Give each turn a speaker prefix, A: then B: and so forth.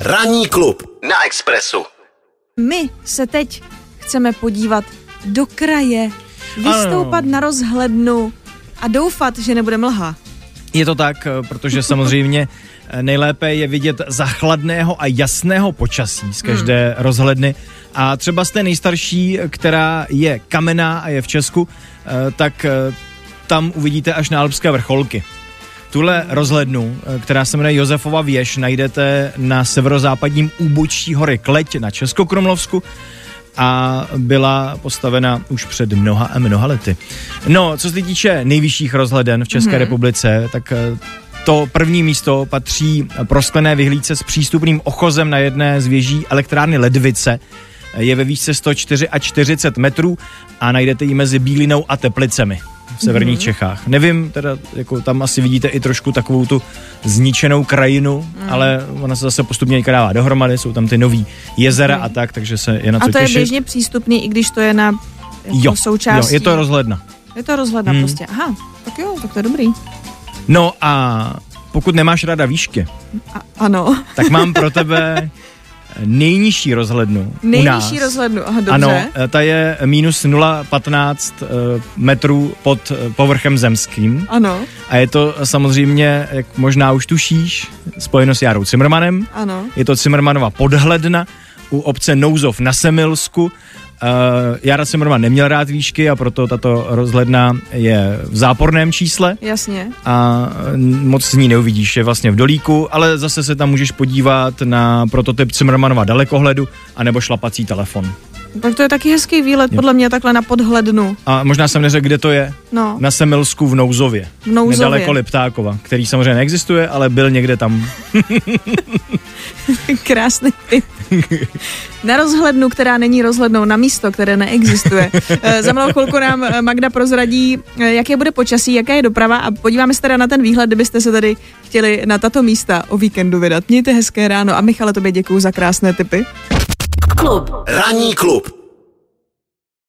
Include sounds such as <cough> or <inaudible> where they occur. A: Ranní klub na Expressu.
B: My se teď chceme podívat do kraje, vystoupat
C: Ano.
B: na rozhlednu a doufat, že nebudeme lhát.
C: Je to tak, eh, protože samozřejmě eh, nejlépe je vidět za chladného a jasného počasí z každé hmm. rozhledny. A třeba z té nejstarší, která je kamená a je v Česku, eh, tak eh, tam uvidíte až na alpské vrcholky. Tuhle rozhlednu, eh, která se jmenuje Josefova věž, najdete na severozápadním úbočí hory Kleť na Českokrumlovsku a byla postavena už před mnoha a mnoha lety. No, co se týče nejvyšších rozhleden v České hmm. republice, tak eh, to první místo patří eh, prosklené vyhlídce s přístupným ochozem na jedné z věží elektrárny Ledvice. Eh, Je ve výšce 104 a 40 metrů a najdete ji mezi Bílinou a Teplicemi v severních mm-hmm. Čechách. Nevím, teda jako tam asi vidíte i trošku takovou tu zničenou krajinu, mm. ale ona se zase postupně někde dává dohromady, jsou tam ty nový jezera mm. a tak, takže se je na
B: A
C: co
B: to je
C: těšit.
B: běžně přístupný, i když to je na jako
C: jo,
B: součástí.
C: jo, je to rozhledna.
B: je to rozhledna
C: Hmm.
B: prostě. Aha, tak jo, tak to je dobrý.
C: No a pokud nemáš ráda výšky,
B: A, ano,
C: tak mám
B: <laughs>
C: pro tebe nejnižší rozhlednu u nás.
B: nejnižší rozhlednu. Aha, dobře.
C: Ano, eh, ta je minus 0,15 eh, metrů pod eh, povrchem zemským
B: Ano,
C: a je to samozřejmě, jak možná už tušíš, spojeno s Jarou Cimrmanem.
B: ano.
C: Je to Cimrmanova podhledna u obce Nouzov na Semilsku. Uh, Jara Cimrman neměl rád výšky a proto tato rozhledna je v záporném čísle
B: Jasně.
C: a eh, moc z ní neuvidíš, je vlastně v dolíku, ale zase se tam můžeš podívat na prototyp Cimrmanova dalekohledu anebo šlapací telefon.
B: Tak to je taky hezký výlet,
C: Jo.
B: podle mě takhle na podhlednu.
C: A možná jsem neřekl, kde to je.
B: No,
C: Na Semilsku v Nouzově.
B: v Nouzově.
C: Nedaleko Liptákova, který samozřejmě neexistuje, ale byl někde tam.
B: <laughs> Krásný tip. Na rozhlednu, která není rozhlednou, na místo, které neexistuje. Eh, Za malou chvilku nám eh, Magda prozradí, eh, jaké bude počasí, jaká je doprava a podíváme se teda na ten výhled, kdybyste se tady chtěli na tato místa o víkendu vydat. Mějte hezké ráno a Michale, tobě děkuji za krásné tipy.
D: Klub.
A: Ranní klub.